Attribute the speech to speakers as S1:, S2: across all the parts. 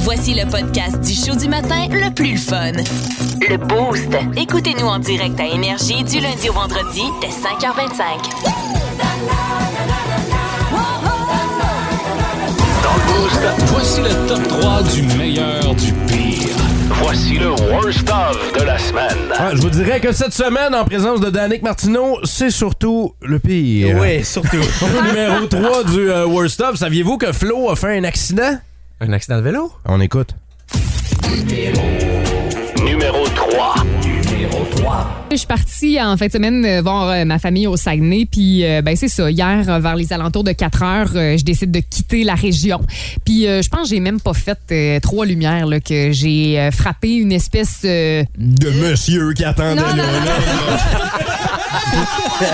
S1: Voici le podcast du show du matin le plus le fun. Le Boost. Écoutez-nous en direct à Énergie du lundi au vendredi dès 5h25.
S2: Voici le top 3 du meilleur du pire.
S3: Voici le worst of de la semaine.
S4: Ah, je vous dirais que cette semaine, en présence de Danick Martineau, c'est surtout le pire.
S5: Oui, surtout.
S4: Au Numéro 3 du euh, Worst Of, saviez-vous que Flo a fait un accident?
S5: Un accident de vélo?
S4: On écoute.
S3: Numéro 3.
S6: Je suis partie en fin de semaine euh, voir euh, ma famille au Saguenay. Puis, euh, ben, c'est ça. Hier, euh, vers les alentours de 4 heures, euh, je décide de quitter la région. Puis, euh, je pense que j'ai même pas fait euh, trois lumières, là, que j'ai euh, frappé une espèce. euh,
S4: De monsieur qui attendait
S6: ben, Non, non, non, Ah,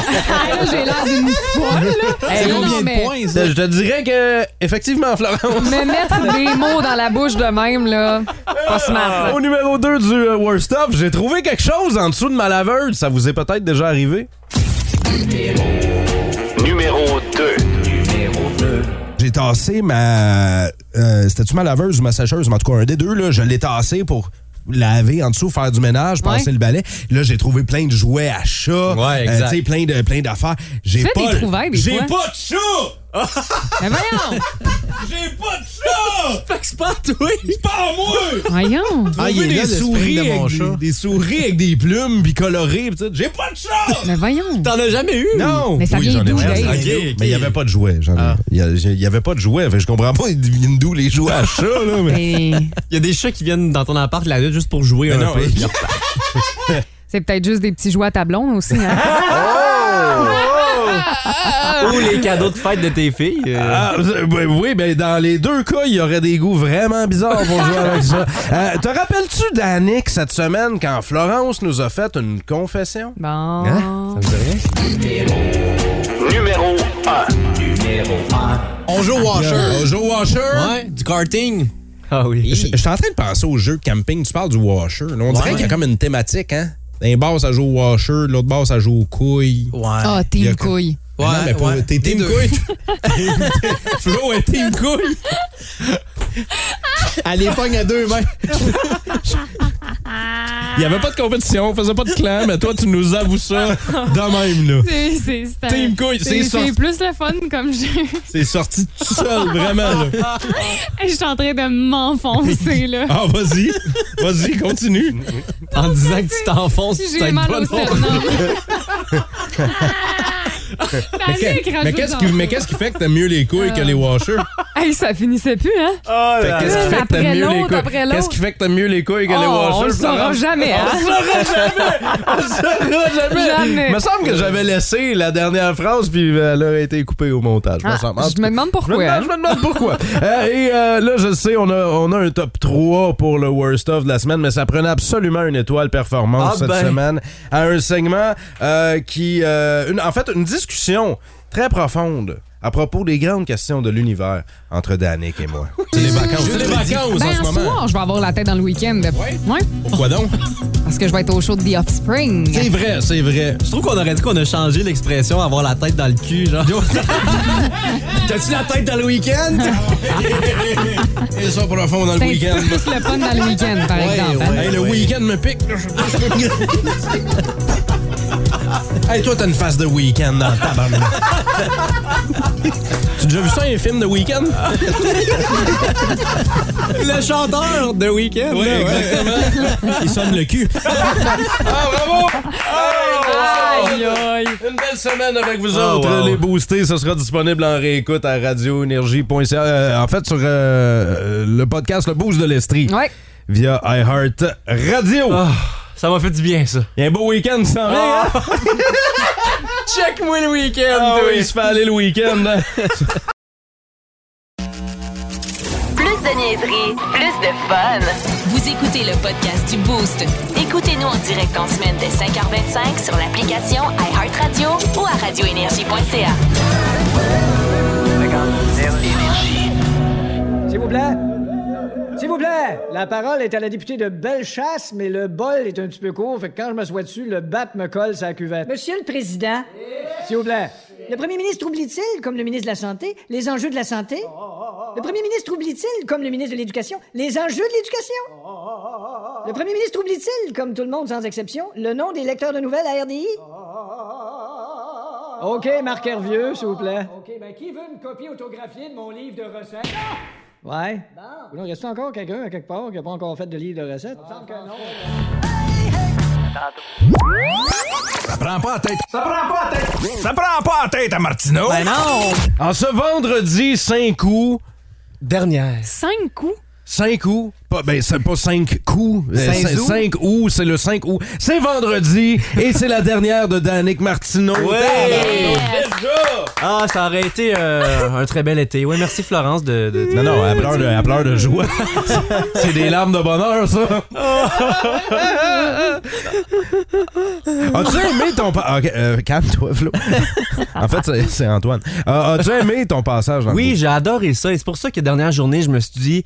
S6: là, j'ai l'air d'une folle, là. Non, non, mais-
S4: Je te dirais que, effectivement, Florence.
S6: Me mettre des mots dans la bouche de même, là. Pas smart.
S4: Au numéro 2 du euh, Worst Of, j'ai trouvé quelque chose en dessous de ma laveuse. Ça vous est peut-être déjà arrivé?
S3: Numéro 2.
S7: J'ai tassé ma. euh, C'était-tu ma laveuse ou ma sécheuse? Mais En tout cas, un des deux, là, je l'ai tassé pour laver en dessous, faire du ménage, passer
S6: Ouais.
S7: le balai. Là, j'ai trouvé plein de jouets à chat. euh,
S5: Ouais, exact.
S7: tu sais, plein de plein d'affaires. J'ai
S6: Fais
S7: pas.
S6: des trouvailles, des
S7: J'ai
S6: fois.
S7: pas de chat!
S6: Mais voyons!
S5: Fait que c'est pas toi!
S6: Voyons!
S5: Ah, il est là, le
S4: Trouver des
S5: spring
S4: souris,
S5: de
S4: avec
S5: mon
S4: des-
S5: chat.
S4: des souris avec des plumes puis colorées. pis tout. J'ai pas de chat!
S6: Mais voyons!
S5: T'en as jamais eu?
S4: Non!
S6: Mais ça
S7: Oui, j'en
S6: vient
S7: ai
S6: d'où,
S7: rien.
S6: Dave?
S7: J'en ai
S5: Ok,
S7: rien.
S5: ok.
S7: Mais il y avait pas de jouets. j'en ai-
S5: Ah.
S7: Il y a- il y avait pas de jouets. Fait que je comprends pas ils viennent d'où les jouets à chat, là. mais-
S6: Mais
S5: Il y a des chats qui viennent dans ton appart la nuit juste pour jouer un
S4: non,
S5: peu.
S4: mais-
S6: C'est peut-être juste des petits jouets à tablon aussi, hein?
S5: Ou les cadeaux de fête de tes filles. euh.
S4: Ah, euh, ben oui, ben dans les deux cas, il y aurait des goûts vraiment bizarres pour jouer avec ça. Euh, te rappelles-tu d'Annick cette semaine quand Florence nous a fait une confession?
S6: Bon.
S4: Hein?
S3: Numéro 1.
S5: On joue au washer.
S7: Euh, Joe Washer.
S5: Ouais, du karting. Ah oui.
S7: Je je suis en train de penser au jeu de camping. Tu parles du washer. là. On dirait qu'il y a comme une thématique, hein? Un bar, ça joue au washer. L'autre bar, ça joue aux couilles.
S5: Ouais.
S6: Ah, oh,
S7: Il y a-
S6: team couille.
S7: Mais non, mais pas- T'es team couille.
S5: Flo est team couille. Elle les pogne à deux mains.
S4: Il n'y avait pas de compétition, on faisait pas de clan, mais toi, tu nous avoues ça de même, là.
S6: C'est- C'est c'est un-
S4: Team couille, c'est
S6: c'est-
S4: sorti.
S6: c'est plus le fun comme jeu.
S4: C'est sorti tout seul, vraiment, là.
S6: Je suis en train de m'enfoncer, là.
S4: Ah, vas-y, vas-y, continue.
S5: En disant que tu t'enfonces, tu
S6: J'ai
S5: t'aides
S6: mal
S5: pas
S6: au
S5: non plus.
S6: sternum. mais
S4: Mais qu'est-ce qui, mais qu'est-ce qui fait que t'aimes mieux les couilles que les washers?
S6: Hey, ça finissait plus, hein?
S4: Fait que Qu'est-ce qui fait que
S6: Après
S4: t'aimes mieux les
S6: l'autre,
S4: couilles?
S6: après l'autre.
S4: Qu'est-ce qui fait que t'aimes mieux les couilles que les
S6: Oh,
S4: washers?
S6: on le saura
S4: Florence?
S6: jamais, hein?
S4: jamais.
S6: Jamais.
S4: Il me semble que j'avais laissé la dernière phrase, puis euh, elle a été coupée au montage. me
S6: Ah,
S4: semble. En
S6: je
S4: tout
S6: me
S4: cas,
S6: demande
S4: je me
S6: pourquoi. hein.
S4: demande, je me demande pourquoi. Euh, et euh, là, je sais, on a, on a un top 3 pour le worst of de la semaine, mais ça prenait absolument une étoile performance
S5: Ah
S4: cette
S5: ben.
S4: semaine à un segment euh, qui. euh, une- en fait, une discussion très profonde à propos des grandes questions de l'univers entre Danick et moi.
S7: C'est les vacances. C'est les vacances
S6: Ben, en soir, je vais avoir la tête dans le week-end. Ouais.
S7: Pourquoi donc?
S6: Parce que je vais être au show de The Offspring.
S7: C'est vrai, c'est vrai.
S5: Je trouve qu'on aurait dit qu'on a changé l'expression avoir la tête dans le cul, genre. T'as-tu la tête dans le week-end?
S7: Et ça profond dans le
S6: C'est un petit
S7: week-end.
S6: peu plus le fun dans le week-end, par exemple. hein?
S7: Hey, le week-end me pique. hey, toi, t'as une face de week-end dans le tabarnak. tu as déjà vu ça, un film de week-end?
S5: Le chanteur de week-end.
S7: Oui, exactement. Il sonne le cul.
S4: Ah, bravo!
S6: Aïe, aïe.
S4: Une belle semaine avec vous
S7: Ah,
S4: autres,
S5: wow.
S4: les boostés. Ce sera disponible en réécoute à radioénergie.ca. Euh, en fait, sur euh, euh, le podcast Le Boost de l'Estrie
S6: Ouais.
S4: via iHeart Radio.
S7: Ah,
S4: Il
S5: Ça m'a fait du bien, ça.
S4: y a un beau week-end qui s'en vient, hein?
S5: Check-moi le week-end,
S4: Ah
S5: toi.
S4: oui, il se fait aller le week-end. hein?
S1: Plus de niaiserie, plus de fun. Vous écoutez le podcast du Boost. Écoutez-nous en direct en semaine dès 5h25 sur l'application iHeartRadio ou à radioénergie.ca.
S8: S'il vous plaît. S'il vous plaît. La parole est à la députée de Bellechasse, mais le bol est un petit peu court, fait que quand je me sois dessus, le bat me colle sa cuvette.
S9: Monsieur le Président,
S8: S'il vous plaît.
S9: le premier ministre oublie-t-il, comme le ministre de la Santé, les enjeux de la santé?
S8: Le premier ministre oublie-t-il, comme le ministre de l'Éducation, les enjeux de l'éducation? Le premier ministre oublie-t-il, comme tout le monde sans exception, le nom des lecteurs de nouvelles à RDI? OK, Marc Hervieux, s'il vous plaît. OK, ben qui veut une copie autographiée de mon livre de recettes? Ouais. Ou non, reste encore quelqu'un à quelque part qui n'a pas encore fait de livre de recettes?
S7: Ça prend pas la tête. Ça prend pas la tête. Ça prend pas la tête à Martineau.
S5: Ben non!
S4: En ce vendredi 5 août,
S5: Dernière.
S6: Cinq coups?
S4: 5 août, pas, ben c'est pas 5 coups,
S5: Cinq août.
S4: 5 août, c'est le 5 août. C'est vendredi et c'est la dernière de Danick Martineau.
S5: Ouais!
S6: Yes.
S5: Ah, ça aurait été euh, un très bel été. Oui, merci Florence de. de- de-
S4: Non, non, elle pleure de, elle pleure de joie. C'est des larmes de bonheur, ça. As-tu aimé ton... pa- Ok, euh, calme-toi, Flo. En fait, c'est- c'est Antoine. Euh, As-tu aimé ton passage? dans le
S5: Oui, j'ai adoré ça. Et c'est pour ça que dernière journée, je me suis dit,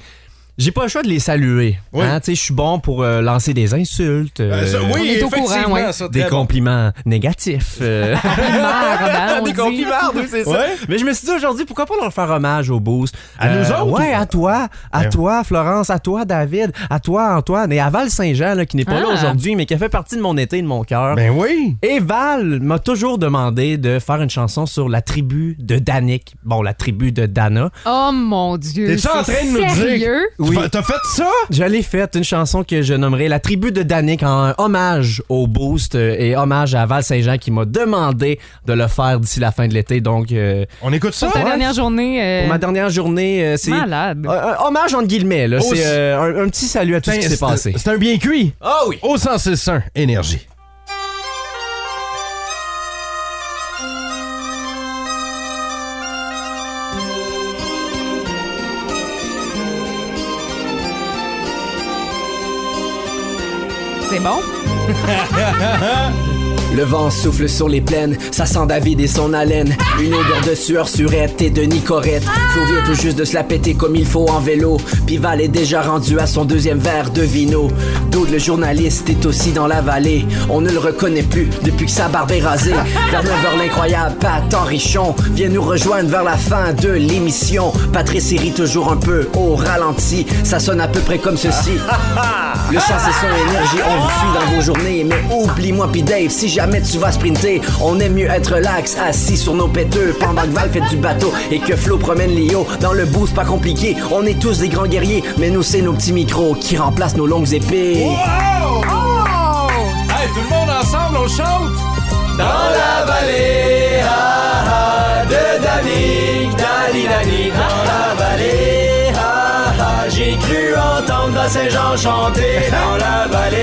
S5: j'ai pas le choix de les saluer.
S4: Oui.
S5: Hein, tu sais, je suis bon pour euh, lancer des insultes,
S4: Euh,
S7: Ben,
S5: euh,
S4: ça, oui,
S6: on est au courant,
S4: effectivement,
S6: ouais.
S4: ça, très
S5: des
S4: bon. Ah,
S5: compliments négatifs. euh.
S6: Marde, on
S5: des
S6: dit.
S5: compliments, oui, c'est ça.
S4: Ouais.
S5: Mais je me suis dit aujourd'hui, pourquoi pas leur faire hommage au boost? Euh,
S4: À nous autres,
S5: Ouais,
S4: ou-
S5: à toi, à
S4: Ben-
S5: toi, Florence, à toi, David, à toi, Antoine, et à Val Saint-Jean, là, qui n'est pas là
S6: Ah.
S5: aujourd'hui, mais qui a fait partie de mon été, de mon cœur.
S4: Ben oui.
S5: Et Val m'a toujours demandé de faire une chanson sur la tribu de Danick. Bon, la tribu de Dana.
S6: Oh mon Dieu.
S4: T'es-tu en
S6: c'est
S4: train de nous dire...
S6: sérieux?
S5: Oui.
S4: T'as fait ça?
S5: Je l'ai faite, une chanson que je nommerai La tribu de Danick en hommage au Boost euh, et hommage à Val Saint-Jean qui m'a demandé de le faire d'ici la fin de l'été. Donc, euh,
S4: On écoute ça?
S6: Pour ta dernière journée. euh,
S5: pour ma dernière journée, euh, c'est.
S6: Malade.
S5: Euh,
S4: Ah.
S5: euh, hommage entre guillemets, là.
S4: Oh,
S5: c'est
S4: c'est-
S5: euh, un, un petit salut à tout ce qui s'est passé.
S4: Ben, C'est un bien cuit.
S5: Ah oui!
S4: Au 106.1 Énergie.
S6: C'est bon?
S9: Le vent souffle sur les plaines, ça sent David et son haleine. Une odeur de sueur surette et de nicorette. Flo vient tout juste de se la péter comme il faut en vélo. Pival est déjà rendu à son deuxième verre de vino. Doud, le journaliste, est aussi dans la vallée. On ne le reconnaît plus depuis que sa barbe est rasée. Vers 9h, l'incroyable Pat Henrichon vient nous rejoindre vers la fin de l'émission. Patrice y rit toujours un peu au ralenti. Ça sonne à peu près comme ceci. Le sens et son énergie, on vous suit dans vos journées. Mais oublie-moi, puis Dave, si jamais tu vas sprinter, on aime mieux être lax, assis sur nos péteux. Pendant que Val fait du bateau et que Flo promène Lio dans le boost, pas compliqué. On est tous des grands guerriers, mais nous, c'est nos petits micros qui remplacent nos longues épées.
S4: Oh! Hey, tout le monde ensemble, on chante!
S9: J'ai cru entendre Saint-Jean chanter dans la vallée.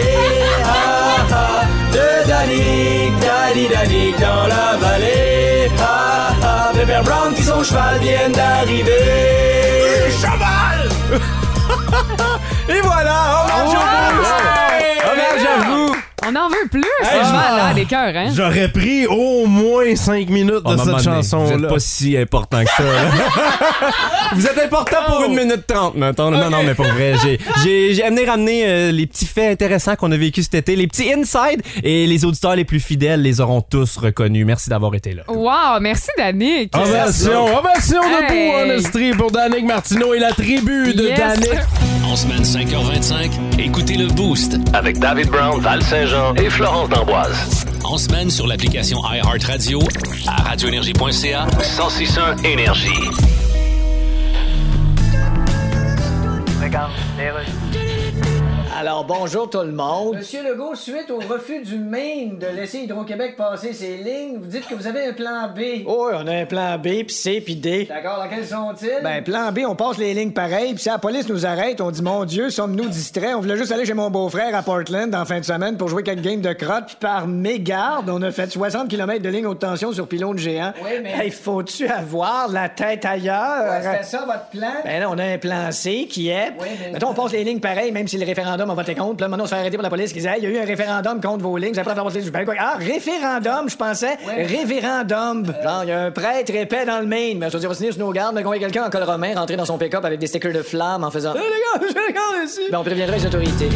S9: de Danique, Dali Danique dans la vallée. Pepper Brown qui son cheval viennent d'arriver.
S5: Et voilà! Hommage au Boost! Hommage à vous!
S6: On en veut plus. C'est
S4: je-
S6: malade, les cœurs, hein?
S4: J'aurais pris au moins 5 minutes de cette
S5: Vous êtes
S4: chanson-là.
S5: pas si important que ça. là. vous êtes important
S4: Oh!
S5: pour une minute trente, mettons. Non, non, mais pour vrai, j'ai- j'ai j'ai amené ramener euh, les petits faits intéressants qu'on a vécu cet été, les petits inside, et les auditeurs les plus fidèles les auront tous reconnus. Merci d'avoir été là.
S6: Wow, merci, Danick.
S4: Ah, Ovation, ovation
S6: Hey.
S4: debout en Estrie pour Danick Martineau et la tribu de
S6: Yes.
S4: Danick.
S2: En semaine 5h25, écoutez le Boost.
S3: Avec David Brown, Val Saint-Jean et Florence D'Amboise.
S2: En semaine sur l'application iHeartRadio, à radioénergie.ca.
S3: 1061 Énergie.
S8: Alors, bonjour tout le monde. Monsieur Legault, suite au refus du Maine de laisser Hydro-Québec passer ses lignes, vous dites que vous avez un plan B. Oh, on a un plan B, puis C, puis D. D'accord, lesquels sont-ils? Ben, plan B, on passe les lignes pareilles, puis si la police nous arrête, on dit, mon Dieu, sommes-nous distraits? On voulait juste aller chez mon beau-frère à Portland en fin de semaine pour jouer quelques games de crotte, puis par mégarde, on a fait 60 km de lignes haute tension sur pylône géant. Oui, mais... Hey, faut-tu avoir la tête ailleurs? c'était ça, votre plan? Ben là, on a un plan C qui est... Mettons, on passe les lignes pareilles, même si le référendum, on votait contre. Puis là, maintenant, on se fait arrêter par la police qui disait, Hey, il y a eu un référendum contre vos lignes. Vous avez pas passé du ben, quoi? Ah, référendum, je pensais. Révérendum. Genre, il y a un prêtre épais dans le Maine. Mais ça veut dire, on va signer sur nos gardes, mais qu'on voit quelqu'un en col romain rentrer dans son pick-up avec des stickers de flammes en faisant. Eh, les gars, les gars, ici. Ben, on préviendra les autorités.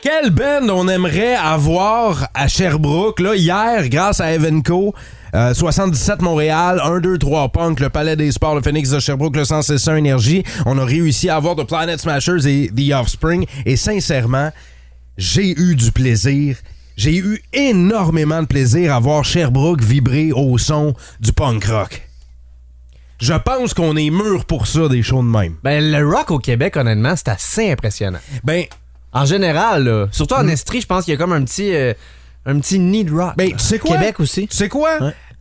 S4: Quelle band on aimerait avoir à Sherbrooke, là, hier, grâce à Evenco. Euh, 77 Montréal, 1, 2, 3 Punk, le Palais des Sports, le Phoenix de Sherbrooke, le 161 Énergie. On a réussi à avoir The Planet Smashers et The Offspring. Et sincèrement, j'ai eu du plaisir. J'ai eu énormément de plaisir à voir Sherbrooke vibrer au son du punk rock. Je pense qu'on est mûr pour ça, des shows de même.
S5: Ben, le rock au Québec, honnêtement, c'est assez impressionnant.
S4: Ben,
S5: En général, là, surtout
S4: Hmm.
S5: en Estrie, je pense qu'il y a comme un petit, euh, un petit nid de rock.
S4: ben tu sais quoi?
S5: Québec aussi.
S4: Tu sais quoi?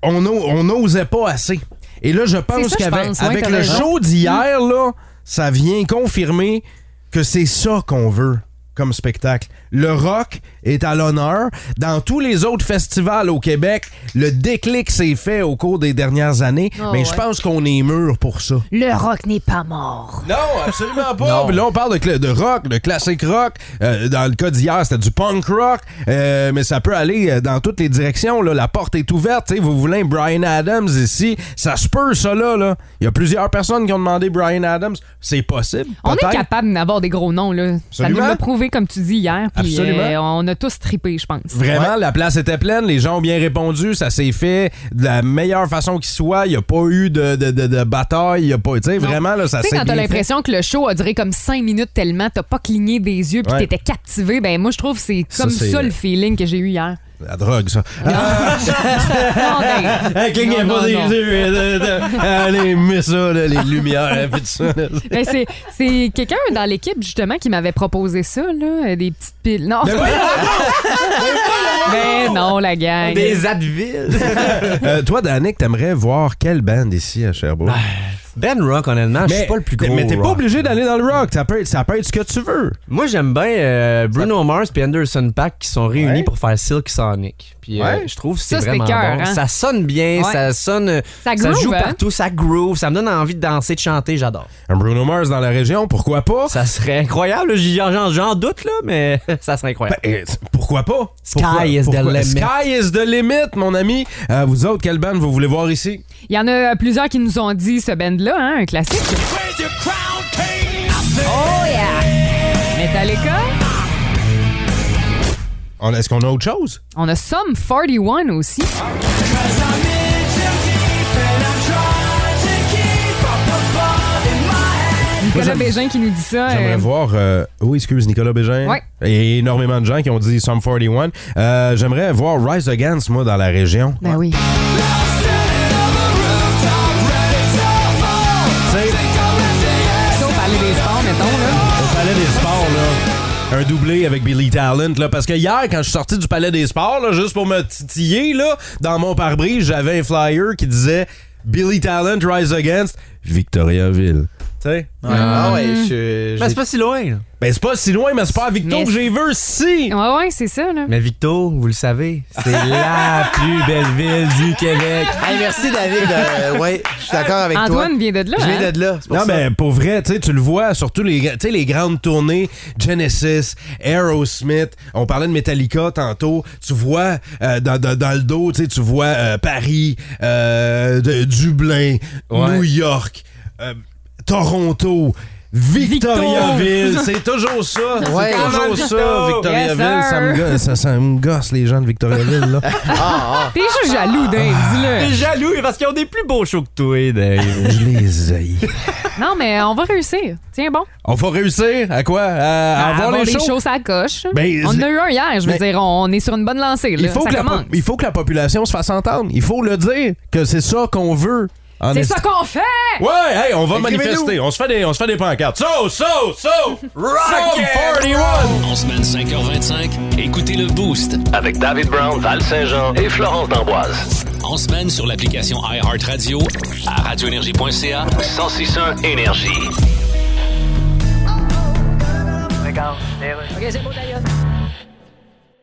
S4: On o- on n'osait pas assez. Et là, je pense
S6: ça, je
S4: qu'avec
S6: pense, ouais,
S4: avec
S6: t'as
S4: le
S6: raison.
S4: show d'hier, là, ça vient confirmer que c'est ça qu'on veut comme spectacle. Le rock est à l'honneur. Dans tous les autres festivals au Québec, le déclic s'est fait au cours des dernières années.
S10: Oh,
S6: Ah
S4: mais je
S10: ouais.
S4: pense qu'on est mûr pour ça.
S10: Le rock n'est pas mort.
S4: Non, absolument pas. Puis là, on parle de, cla- de rock, de classique rock. Euh, dans le cas d'hier, c'était du punk rock. Euh, mais ça peut aller euh, dans toutes les directions. là. La porte est ouverte. tu sais. Vous voulez un Brian Adams ici? Ça se peut, ça, là. là. Il y a plusieurs personnes qui ont demandé Brian Adams. C'est possible.
S6: On est
S4: peut-être.
S6: capable d'avoir des gros noms, là. Ça nous
S4: Absolument.
S6: l'a prouvé, comme tu dis hier. Puis
S4: Absolument.
S6: euh, on a tous trippé, je pense.
S4: Vraiment, la place était pleine, les gens ont bien répondu, ça s'est fait de la meilleure façon qui soit, il n'y a pas eu de, de, de- de bataille, il y a pas, tu sais, vraiment, là, ça
S6: Tu
S4: s'est
S6: sais, quand
S4: bien
S6: t'as
S4: fait.
S6: l'impression que le show a duré comme cinq minutes tellement t'as pas cligné des yeux puis
S4: Ouais.
S6: t'étais captivé, ben moi je trouve que c'est
S4: Ça,
S6: comme
S4: c'est-
S6: ça, le feeling que j'ai eu hier.
S4: La drogue, ça.
S6: Non, ben,
S4: Hey, clignez
S6: Non,
S4: pas
S6: non,
S4: des
S6: non.
S4: yeux. euh, de- de- Allez, mets ça, là, les lumières, euh, pis tout ça. là.
S6: ben, c'est- c'est quelqu'un dans l'équipe justement qui m'avait proposé ça, là, euh, des petites piles. Non. Mais non, la gang.
S5: Des Advil.
S4: Euh, toi, Danick, t'aimerais voir quelle band ici à Sherbrooke?
S5: ben Rock, honnêtement, je suis pas le plus gros.
S4: Mais t'es pas
S5: rock.
S4: obligé d'aller dans le rock. Ça peut, être, ça peut être ce que tu veux.
S5: Moi, j'aime bien euh, Bruno Mars et Anderson Pack qui sont réunis pour faire Silk Sonic. Puis euh,
S4: Ouais.
S5: je trouve que c'est
S6: Ça, c'est
S5: vraiment
S6: cœur,
S5: bon.
S6: hein?
S5: Ça sonne bien,
S6: Ouais.
S5: ça sonne. euh,
S6: Ça groove,
S5: joue
S6: hein?
S5: partout, ça groove, ça me donne envie de danser, de chanter, j'adore.
S4: Un Bruno Mars dans la région, pourquoi pas?
S5: Ça serait incroyable, j'y- j'en j'en doute, là, mais ça serait
S4: Ben,
S5: incroyable.
S4: euh, pourquoi pas?
S5: Sky
S4: Pourquoi-
S5: is the
S4: pourquoi-
S5: limit.
S4: Sky is the limit, mon ami. Euh, vous autres, quelle band vous voulez voir ici?
S6: Il y en a plusieurs qui nous ont dit ce band-là, hein, un classique. Oh yeah! Metallica.
S4: On- Est-ce qu'on a autre chose?
S6: On a Sum 41 aussi. Nicolas Bégin qui nous dit ça.
S4: J'aimerais
S6: euh,
S4: voir. euh, oui, excuse Nicolas Bégin.
S6: Ouais.
S4: Et énormément de gens qui ont dit Sum 41. Euh, J'aimerais voir Rise Against, moi, dans la région.
S6: Ben oui. Ça, au Palais des sports, mettons, là.
S4: Au Palais des Sports, là. Un doublé avec Billy Talent, là. Parce que hier, quand je suis sorti du Palais des Sports, là, juste pour me titiller, là, dans mon pare-brise, j'avais un flyer qui disait Billy Talent, Rise Against, Victoriaville. Tu sais?
S5: Ah ouais, je. Mais c'est pas si loin, là.
S4: Ben, c'est pas si loin, mais c'est pas à Victo
S6: Mais
S4: que j'ai vu si!
S6: Ouais, ouais, c'est ça, là.
S5: Mais Victo, vous le savez, c'est la plus belle ville du Québec.
S11: Hey, merci, David. Euh, ouais, je suis d'accord avec toi.
S6: Antoine vient de là.
S11: Je
S6: hein?
S11: viens de là. c'est pour
S4: Non,
S11: ça.
S4: mais pour vrai, tu sais, tu le vois, surtout les, tu sais, les grandes tournées, Genesis, Aerosmith, on parlait de Metallica tantôt, tu vois euh, dans, dans- dans le dos, tu sais, tu vois euh, Paris, euh, de- Dublin,
S5: Ouais.
S4: New York, euh, Toronto. Victoriaville, c'est toujours ça,
S11: Ouais.
S4: c'est toujours ça, Victoriaville,
S6: Yes,
S4: ça, me
S6: sir.
S4: gosse, ça, ça me gosse les gens de Victoriaville là.
S6: T'es juste jaloux, Dave,
S11: Ah.
S5: T'es
S6: dis-le.
S5: jaloux parce qu'ils ont des plus beaux shows que toi, Dave.
S4: Euh, Je les haïs.
S6: Non, mais on va réussir. Tiens, bon.
S4: On va réussir à quoi À, à
S6: À
S4: avoir les
S6: des
S4: shows.
S6: choses à la coche.
S4: Ben,
S6: on en
S4: c'est-
S6: a eu un hier, je veux
S4: Ben,
S6: dire. On on est sur une bonne lancée, là.
S4: Il faut,
S6: ça
S4: que la,
S6: commence.
S4: po- il faut que la population se fasse entendre. Il faut le dire que c'est ça qu'on veut. en
S6: C'est
S4: esti-
S6: ça qu'on fait!
S4: Ouais, hey, on va
S11: Écrivez-nous.
S4: manifester. On se fait des, on se fait des pancartes. So, so, so. Rock 41.
S2: En semaine 5h25, écoutez le Boost.
S3: Avec David Brown, Val Saint-Jean et Florence D'Amboise.
S2: En semaine sur l'application iHeartRadio, à radioénergie.ca.
S3: 1061 Énergie.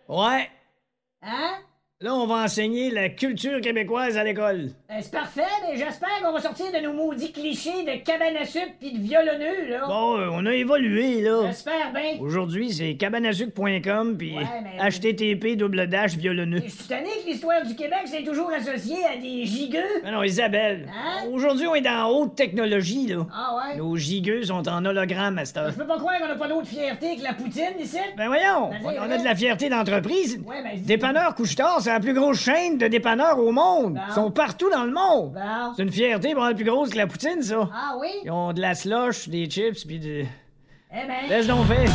S8: Ouais. Hein? Là, on va enseigner la culture québécoise à l'école.
S10: Ben, c'est parfait, mais j'espère qu'on va sortir de nos maudits clichés de cabane à sucre puis de violonneux, là.
S8: Bon, euh, on a évolué, là.
S10: J'espère bien.
S8: Aujourd'hui, c'est cabanasuc.com puis
S10: Ouais, mais-
S8: http double dash violonneux.
S10: Je suis tanné que l'histoire du Québec, c'est toujours associé à des gigueux.
S8: Mais non, Isabelle.
S10: Hein?
S8: Aujourd'hui, on est dans haute technologie, là.
S10: Ah ouais?
S8: Nos gigueux sont en hologramme à cette heure.
S10: Je peux pas croire qu'on a pas d'autre fierté que la poutine ici.
S8: Ben voyons,
S10: Ben,
S8: on
S10: c'est
S8: on a
S10: vrai.
S8: de la fierté d'entreprise.
S10: Ouais, ben, dis-
S8: Dépanneur Couche-Tard, c'est la plus grosse chaîne de dépanneurs au monde. Ils sont partout dans le monde. C'est une fierté pour la plus grosse que la poutine, ça.
S10: Ah oui?
S8: Ils ont de la slush, des chips, puis de...
S10: Eh ben.
S8: Laisse donc faire.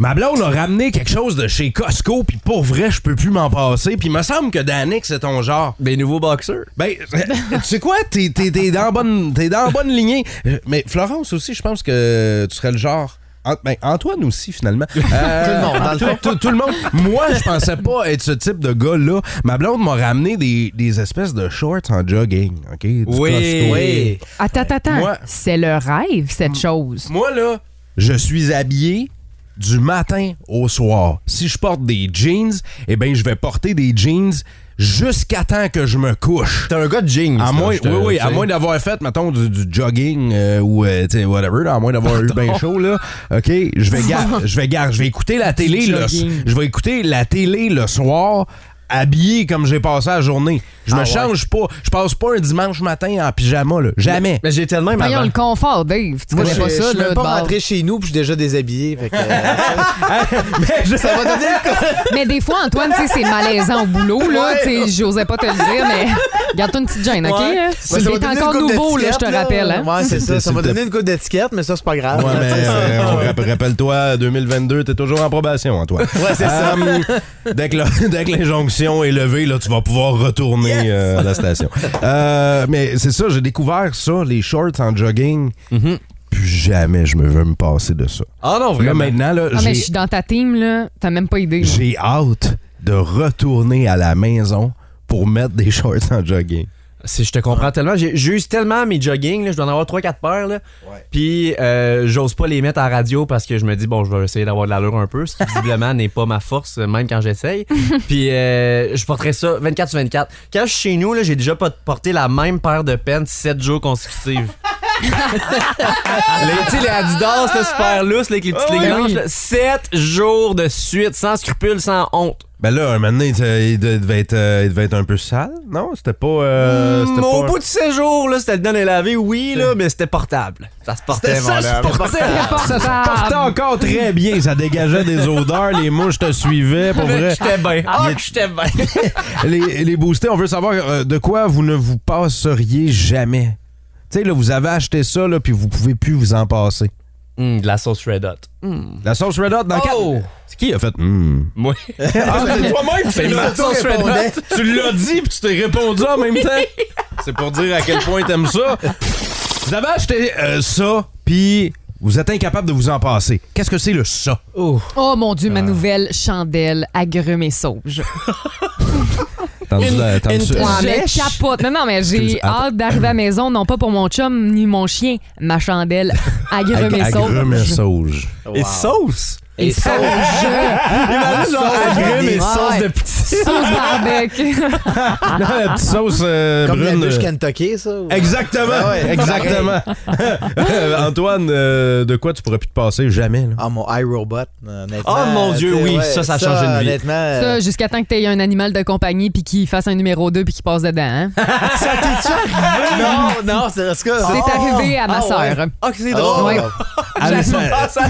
S4: Ma blonde a ramené quelque chose de chez Costco, puis pour vrai, je peux plus m'en passer. Puis il me semble que Danick, c'est ton genre.
S5: Des nouveaux boxeurs.
S4: Ben, euh, tu sais quoi? T'es, t'es- t'es dans la bonne, t'es dans la bonne lignée. Euh, Mais Florence aussi, je pense que tu serais le genre. Ant- ben, Antoine aussi, finalement. Euh,
S11: Tout le monde, dans le
S4: tout-
S11: fond.
S4: Tout, tout le monde. Moi, je pensais pas être ce type de gars-là. Ma blonde m'a ramené des, des espèces de shorts en jogging, OK? Du Costco.
S5: oui.
S6: Attends, attends, attends.
S4: Moi-
S6: C'est le rêve, cette chose.
S4: Moi, là, je suis habillé du matin au soir. Si je porte des jeans, eh bien, je vais porter des jeans jusqu'à temps que je me couche.
S5: T'es un gars de jeans.
S4: À
S5: là,
S4: moins,
S5: je te-
S4: oui, oui, à
S5: tu sais.
S4: moins d'avoir fait, mettons, du, du jogging euh, ou, euh, tu sais, whatever, là, à moins d'avoir eu bien chaud, là, OK, je vais garder, je vais gar- je vais écouter la télé, le,
S5: jogging.
S4: je vais écouter la télé le soir, habillé comme j'ai passé la journée.
S5: Ah
S4: Je me change pas, je passe pas un dimanche matin en pyjama, là, jamais.
S5: Mais j'ai tellement
S6: Voyons le confort, Dave. Tu
S11: Moi,
S6: connais
S11: je
S6: pas ça,
S11: suis
S6: là,
S11: même
S6: de
S11: pas
S6: base.
S11: rentré chez nous, puis je suis déjà déshabillé. Fait que, euh,
S4: Mais je-
S11: ça va donner le coup.
S6: Mais des fois, Antoine, tu sais, c'est malaisant au boulot, là. Tu sais, j'osais pas te le dire, mais garde-toi une petite gêne, OK? hein.
S11: Ouais.
S6: C'est
S11: Ouais, ça va donner une
S6: encore
S11: coupe
S6: nouveau, là, je
S11: d'étiquette,
S6: te rappelle. hein.
S11: Ouais, c'est ça. Ça
S4: C'est
S11: m'a
S4: de-
S11: donné une coupe d'étiquette, mais ça, c'est pas grave.
S4: Ouais, mais euh, on rapp- rappelle-toi, 2022, t'es toujours en probation, hein, Antoine. Ouais, c'est ça. hum, Dès que la- dès que l'injonction est levée, là, tu vas pouvoir retourner euh, à la station. Euh, mais c'est ça, j'ai découvert ça, les shorts en jogging. Plus jamais je me veux me passer de ça.
S5: Ah non,
S4: Là,
S5: vraiment.
S4: maintenant, là,
S6: Ah, mais je
S4: j'ai-
S6: suis dans ta team, là. T'as même pas idée. là.
S4: j'ai hâte de retourner à la maison pour mettre des shorts en jogging.
S5: Si je te comprends tellement, j'ai- j'use tellement mes jogging, là, je dois en avoir 3-4 paires. Là. Puis euh, j'ose pas les mettre à la radio parce que je me dis, bon, je vais essayer d'avoir de l'allure un peu, ce qui visiblement n'est pas ma force, euh, même quand j'essaye. Puis euh, je porterai ça 24 sur 24. Quand je suis chez nous, là, j'ai déjà pas porté la même paire de pants 7 jours consécutifs. les, tu sais, les Adidas, là, super lousses, là, avec les petites lignes
S6: oui.
S5: blanches, 7 jours de suite, sans scrupule, sans honte.
S4: Ben là, un moment donné, il devait être, euh, il devait être un peu sale, non? C'était pas... euh, c'était
S5: Mais au
S4: pas-
S5: bout de 16 jours, là, c'était le don et lavé, oui, là, mais c'était portable. Ça se portait, Ah, mon homme.
S6: C'est
S4: portait
S6: portable.
S4: encore très bien. Ça dégageait des odeurs. Les mouches te suivaient, pour vrai.
S5: J'étais bien. Ah, que j'étais bien.
S4: Les, les boostés, on veut savoir euh, de quoi vous ne vous passeriez jamais. Tu sais, là, vous avez acheté ça, là, puis vous pouvez plus vous en passer.
S5: Hum, de la sauce Red Hot.
S4: La sauce Red Hot dans
S5: Oh!
S4: quatre- C'est qui qui a fait Hmm.
S5: Moi.
S4: Ah, c'est toi-même
S5: C'est
S4: qui
S5: ma
S4: l'as
S5: sauce
S4: répondu.
S5: Red
S4: Tu l'as dit, puis tu t'es répondu en même temps. C'est pour dire à quel point t'aimes ça. Vous avez acheté euh, ça, puis vous êtes incapable de vous en passer. Qu'est-ce que c'est le ça?
S5: Oh.
S6: Oh mon Dieu, ma nouvelle chandelle agrumes et sauge. Je capote. Non, non, mais j'ai
S4: Attends.
S6: hâte d'arriver à la maison, non pas pour mon chum ni mon chien, ma chandelle agrumes et sauge.
S4: sauge.
S5: Et sauce.
S6: Et sauge.
S5: Imagine genre agrumes et
S6: Ouais.
S5: sauce de petit.
S6: Sauce barbecue.
S4: Non, la petite sauce euh,
S11: Comme la
S4: brune.
S11: douche Kentucky, ça. ou-
S4: Exactement,
S11: Ah ouais,
S4: exactement. Antoine, euh, de quoi tu pourrais plus te passer jamais? là?
S11: Ah, mon iRobot, honnêtement.
S5: Ah, mon Dieu,
S11: tu sais,
S5: oui,
S11: ouais,
S5: ça, ça change une vie.
S11: Honnêtement, euh,
S6: Ça, jusqu'à temps que t'aies un animal de compagnie puis qu'il fasse un numéro 2 puis qu'il passe dedans. hein.
S11: non, non, c'est parce que. Ah,
S6: C'est arrivé à ma sœur.
S5: Ah, que c'est
S11: Oh,
S5: drôle.
S6: Ouais.
S4: Ah, mais ça-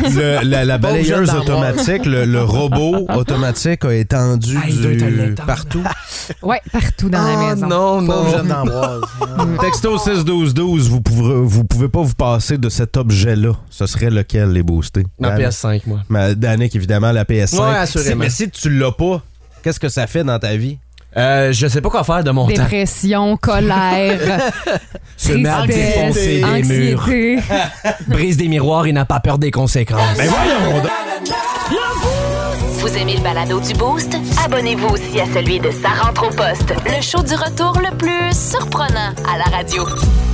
S4: le- la, la balayeuse
S11: Pauvre jeune
S4: automatique, le, le robot automatique a étendu
S5: Ah, il doit
S4: du-
S5: être l'étendre.
S4: partout.
S6: Ouais, partout dans la
S5: Ah,
S6: maison.
S5: non,
S11: Pauvre
S5: non.
S11: jeune d'Ambroise.
S4: Texto 6-12-12, vous pouvez, vous pouvez pas vous passer de cet objet-là. Ce serait lequel, les boostés?
S5: Ma
S4: Dan-
S5: PS5, moi.
S4: Ma- Danick, évidemment, la PS5.
S5: Ouais, assurément.
S4: Si- Mais si tu l'as pas, qu'est-ce que ça fait dans ta vie?
S5: Euh, je sais pas quoi faire de mon temps.
S6: Dépression, colère,
S5: Se met à défoncer
S6: tristesse,
S5: les murs.
S6: anxiété.
S5: Brise des miroirs et n'a pas peur des conséquences.
S4: Ben voyons donc!
S1: Vous aimez le balado du Boost? Abonnez-vous aussi à celui de Sa rentre au poste, le show du retour le plus surprenant à la radio.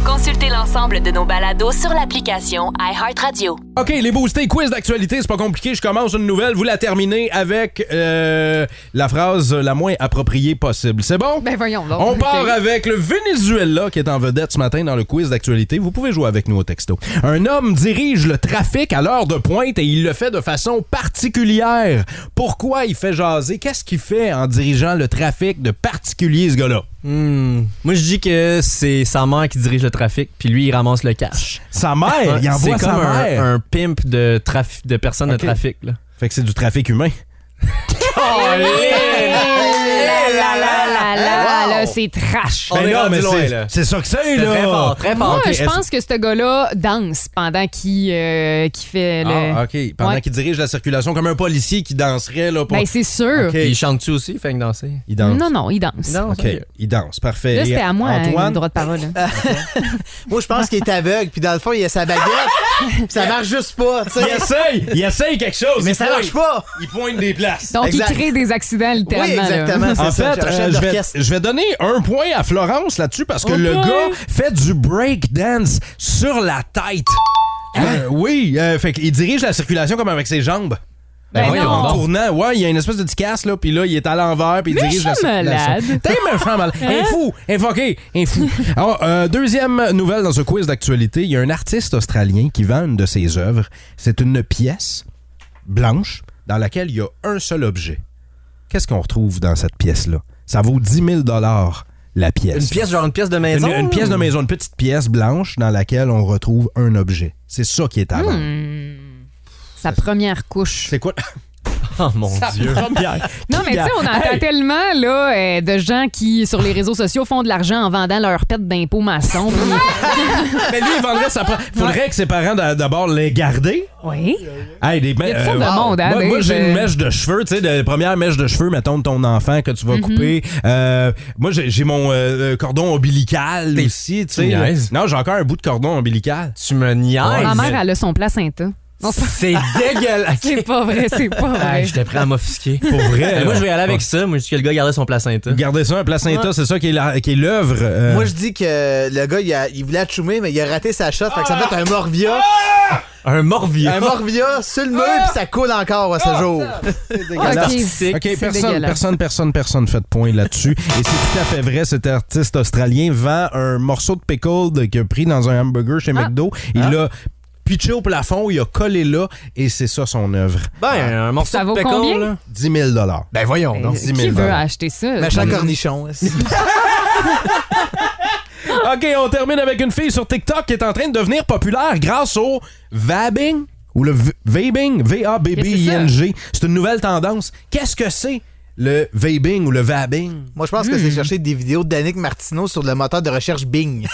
S1: Consultez l'ensemble de nos balados sur l'application iHeartRadio.
S4: OK, les boostés, quiz d'actualité, c'est pas compliqué. Je commence une nouvelle, vous la terminez avec euh, la phrase la moins appropriée possible. C'est bon?
S6: Ben voyons donc.
S4: On part
S6: Ok.
S4: avec le Venezuela qui est en vedette ce matin dans le quiz d'actualité. Vous pouvez jouer avec nous au texto. Un homme dirige le trafic à l'heure de pointe et il le fait de façon particulière. Pourquoi il fait jaser? Qu'est-ce qu'il fait en dirigeant le trafic de particulier, ce gars-là?
S5: Hmm. Moi, je dis que c'est sa mère qui dirige le trafic, puis lui, il ramasse le cash.
S4: Sa mère, il
S5: c'est
S4: envoie
S5: comme
S4: sa
S5: un,
S4: mère.
S5: un pimp de, trafi- de personnes
S4: Ok.
S5: de trafic. Là.
S4: Fait que c'est du trafic humain.
S6: là, c'est
S5: Oh,
S6: trash.
S4: Ben non, mais c'est- c'est ça que c'est, là.
S6: Moi,
S4: Ok,
S6: je
S4: est-ce-
S6: pense que ce gars-là danse pendant qu'il euh, qu'il fait le.
S4: Ah, OK. Pendant
S6: Ouais.
S4: qu'il dirige la circulation, comme un policier qui danserait, là, pour...
S6: Ben, c'est sûr.
S4: OK.
S5: Il chante-tu aussi, fait que danser?
S4: Il danse.
S6: Non, non, il danse.
S4: OK, il danse. Parfait.
S6: Là, c'était
S4: Et
S6: à moi, hein, le
S4: Antoine,
S6: droit de parole. hein.
S11: Moi, je pense qu'il est aveugle, puis dans le fond, il a sa baguette, puis ça marche juste pas, tu sais.
S4: il essaye! Il essaye quelque chose!
S11: Mais
S4: Il
S11: ça
S4: pointe.
S11: marche pas!
S4: Il pointe des places.
S6: Donc,
S11: Exact.
S6: il crée des accidents, littéralement.
S11: Oui,
S6: là. Ben,
S11: exactement, c'est
S4: En
S11: ça.
S4: fait, euh,
S11: je rachète
S4: je, vais,
S11: l'orchestre.
S4: je vais donner un point à Florence là-dessus parce que
S6: Un
S4: le
S6: point.
S4: gars fait du breakdance sur la tête.
S6: Hein?
S4: Euh, oui, euh, fait qu'il dirige la circulation comme avec ses jambes.
S6: Ben
S4: voyons
S6: non.
S4: En tournant, ouais, il y a une espèce de petit casse, là, puis là, il est à l'envers, puis il
S6: Mais
S4: dirige
S6: je suis
S4: la circulation.
S6: malade. Hein?
S4: T'es méchant malade. Un fou, un fucké, un fou. Alors, euh, deuxième nouvelle dans ce quiz d'actualité, il y a un artiste australien qui vend une de ses œuvres. C'est une pièce blanche dans laquelle il y a un seul objet. Qu'est-ce qu'on retrouve dans cette pièce-là? Ça vaut 10 000 la pièce.
S5: Une pièce, genre une pièce de
S4: Une-
S5: maison?
S4: une, pièce de maison, une petite pièce blanche dans laquelle on retrouve un objet. C'est ça qui est à vendre.
S6: Hmm. Sa première couche.
S4: C'est quoi?
S5: Oh mon dieu.
S6: Non, mais tu sais, on entend tellement là, euh, de gens qui, sur les réseaux sociaux, font de l'argent en vendant leur pète d'impôts maçons.
S4: Mais lui, il vendrait sa propre. Faudrait que ses parents d'a- d'abord les garder.
S6: oui.
S4: Hey, des me- euh,
S6: y a toutes sortes de monde, hein,
S4: moi, moi,
S6: Dave,
S4: j'ai une
S6: euh.
S4: mèche de cheveux, tu sais, de première mèche de cheveux, mettons, de ton enfant que tu
S6: Mm-hmm.
S4: vas couper. Euh, moi, j'ai j'ai mon euh, cordon ombilical aussi, tu sais.
S5: tu niaises.
S4: Non, j'ai encore un bout de cordon ombilical.
S5: Tu me niaises.
S6: Ma mère, elle a son placenta. Non, c'est pas-
S5: C'est dégueulasse.
S6: c'est pas vrai, c'est pas
S4: Ah,
S6: vrai.
S5: Hey, J'étais prêt à m'offusquer.
S4: Pour vrai.
S5: Mais
S4: là.
S5: Ben, moi, je vais y aller avec ça. Moi, je dis que le gars gardait son placenta.
S4: Gardez ça, un placenta, c'est ça qui est la- qui est l'œuvre. euh,
S11: Moi, je dis que le gars, il, a- il voulait choumer, mais il a raté sa shot, fait que ça fait un morvia,
S5: Un morvia.
S11: un morvia sur le mur, puis ça coule encore à ce jour.
S6: Ok,
S5: artistique.
S4: OK,
S6: c'est
S4: personne,
S6: dégueulasse.
S4: personne, personne, personne fait de point là-dessus. Et c'est tout à fait vrai, cet artiste australien vend un morceau de pickle de- qu'il a pris dans un hamburger chez
S6: Ah.
S4: McDo. Il l'a pitché au plafond, il a collé là, et c'est ça son œuvre. Ah.
S5: Ben, un morceau
S6: Ça
S5: de
S6: vaut
S5: pécan,
S6: combien?
S5: là.
S4: 10 000
S11: Ben voyons Mmh. donc.
S4: 10
S6: Qui
S4: 000
S6: veut acheter ça?
S11: Machin cornichon.
S4: OK, on termine avec une fille sur TikTok qui est en train de devenir populaire grâce au vabbing ou le v- vaping, V-A-B-B-I-N-G. C'est une nouvelle tendance. Qu'est-ce que c'est le vaping ou le vabbing?
S11: Moi, je pense que c'est chercher des vidéos d'Annick Martineau sur le moteur de recherche Bing.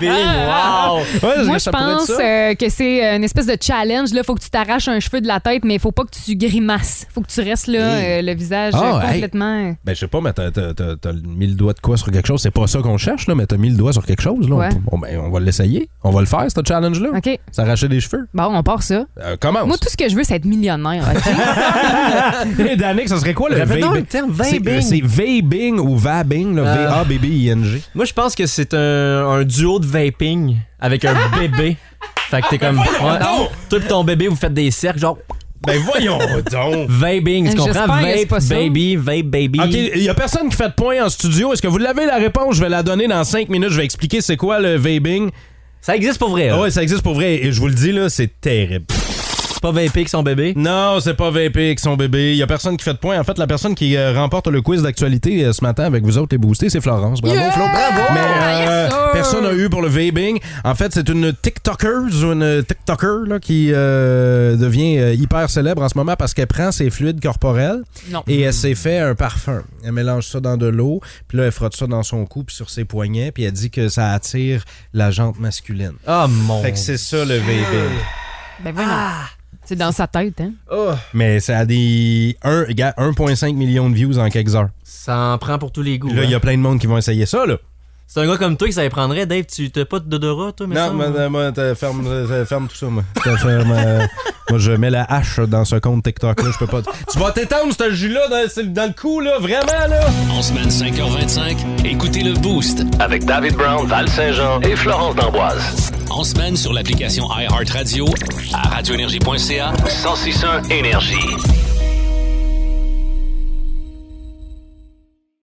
S5: Baby, wow.
S6: Moi, je pense euh, que c'est une espèce de challenge. Il faut que tu t'arraches un cheveu de la tête, mais il faut pas que tu grimaces. faut que tu restes là, euh, le visage
S4: Ah,
S6: euh,
S4: hey.
S6: complètement...
S4: Ben, je sais pas, mais t'as, t'as- t'as- t'as mis le doigt de quoi sur quelque chose? C'est pas ça qu'on cherche, là, mais t'as mis le doigt sur quelque chose, là.
S6: Ouais.
S4: Bon, ben, on va l'essayer. On va le faire, ce challenge-là.
S6: OK.
S4: S'arracher des cheveux.
S6: Bon, on part ça.
S4: Euh, commence.
S6: Moi, tout ce que je veux, c'est être millionnaire. ok?
S4: Et Danick, ça serait quoi le
S5: Répète donc le terme, vaping.
S4: C'est, euh, c'est vaping ou vabbing, là, V-A-B-B-I-N-G.
S5: Moi, je pense que c'est un, un duo de vaping avec un bébé. Fait que t'es comme. Ouais, toi pis ton bébé, vous faites des cercles, genre
S4: Ben, voyons donc.
S5: vaping. Tu comprends?
S6: J'espère que c'est
S5: Vape,
S6: pas ça.
S5: baby, vape, baby.
S4: OK, il y a personne qui fait de point en studio. Est-ce que vous l'avez la réponse? Je vais la donner dans 5 minutes. Je vais expliquer c'est quoi le vaping.
S5: Ça existe pour vrai.
S4: Ah
S5: là.
S4: ouais, ça existe pour vrai. Et je vous le dis, là, c'est terrible.
S5: C'est pas vaper avec son bébé.
S4: Non, c'est pas VP avec son bébé. Il y a personne qui fait de point. En fait, la personne qui euh, remporte le quiz d'actualité euh, ce matin avec vous autres, les boostés, c'est Florence. Bravo, Flo. Bravo! Mais euh,
S6: Yes, sir.
S4: personne n'a eu pour le vaping. En fait, c'est une TikToker, une TikToker là, qui euh, devient euh, hyper célèbre en ce moment parce qu'elle prend ses fluides corporels
S6: Non.
S4: et elle s'est fait un parfum. Elle mélange ça dans de l'eau, puis là, elle frotte ça dans son cou puis sur ses poignets, puis elle dit que ça attire la jante masculine.
S5: Oh mon.
S4: Fait que c'est ça le vaping.
S6: Ben voilà. C'est dans sa tête, hein?
S4: Mais ça a des un- regarde, 1,5 million de views en quelques heures.
S5: Ça en prend pour tous les goûts.
S4: Puis là, il y a
S5: hein.
S4: plein de monde qui vont essayer ça, là.
S5: C'est un gars comme toi qui ça y prendrait. Dave, tu t'as pas de dodorat, toi, mais
S4: Non, moi, euh, moi, t'as- ferme, euh, ferme tout ça, moi. T'as ferme, euh, moi, je mets la hache dans ce compte TikTok-là, je peux pas... Tu vas t'étendre, ce jus-là, dans, c'est dans le cou, là, vraiment, là!
S2: En semaine 5h25, écoutez le Boost.
S3: Avec David Brown, Val Saint-Jean et Florence D'Amboise.
S2: En semaine sur l'application iHeartRadio à radioénergie.ca.
S3: 1061 Énergie.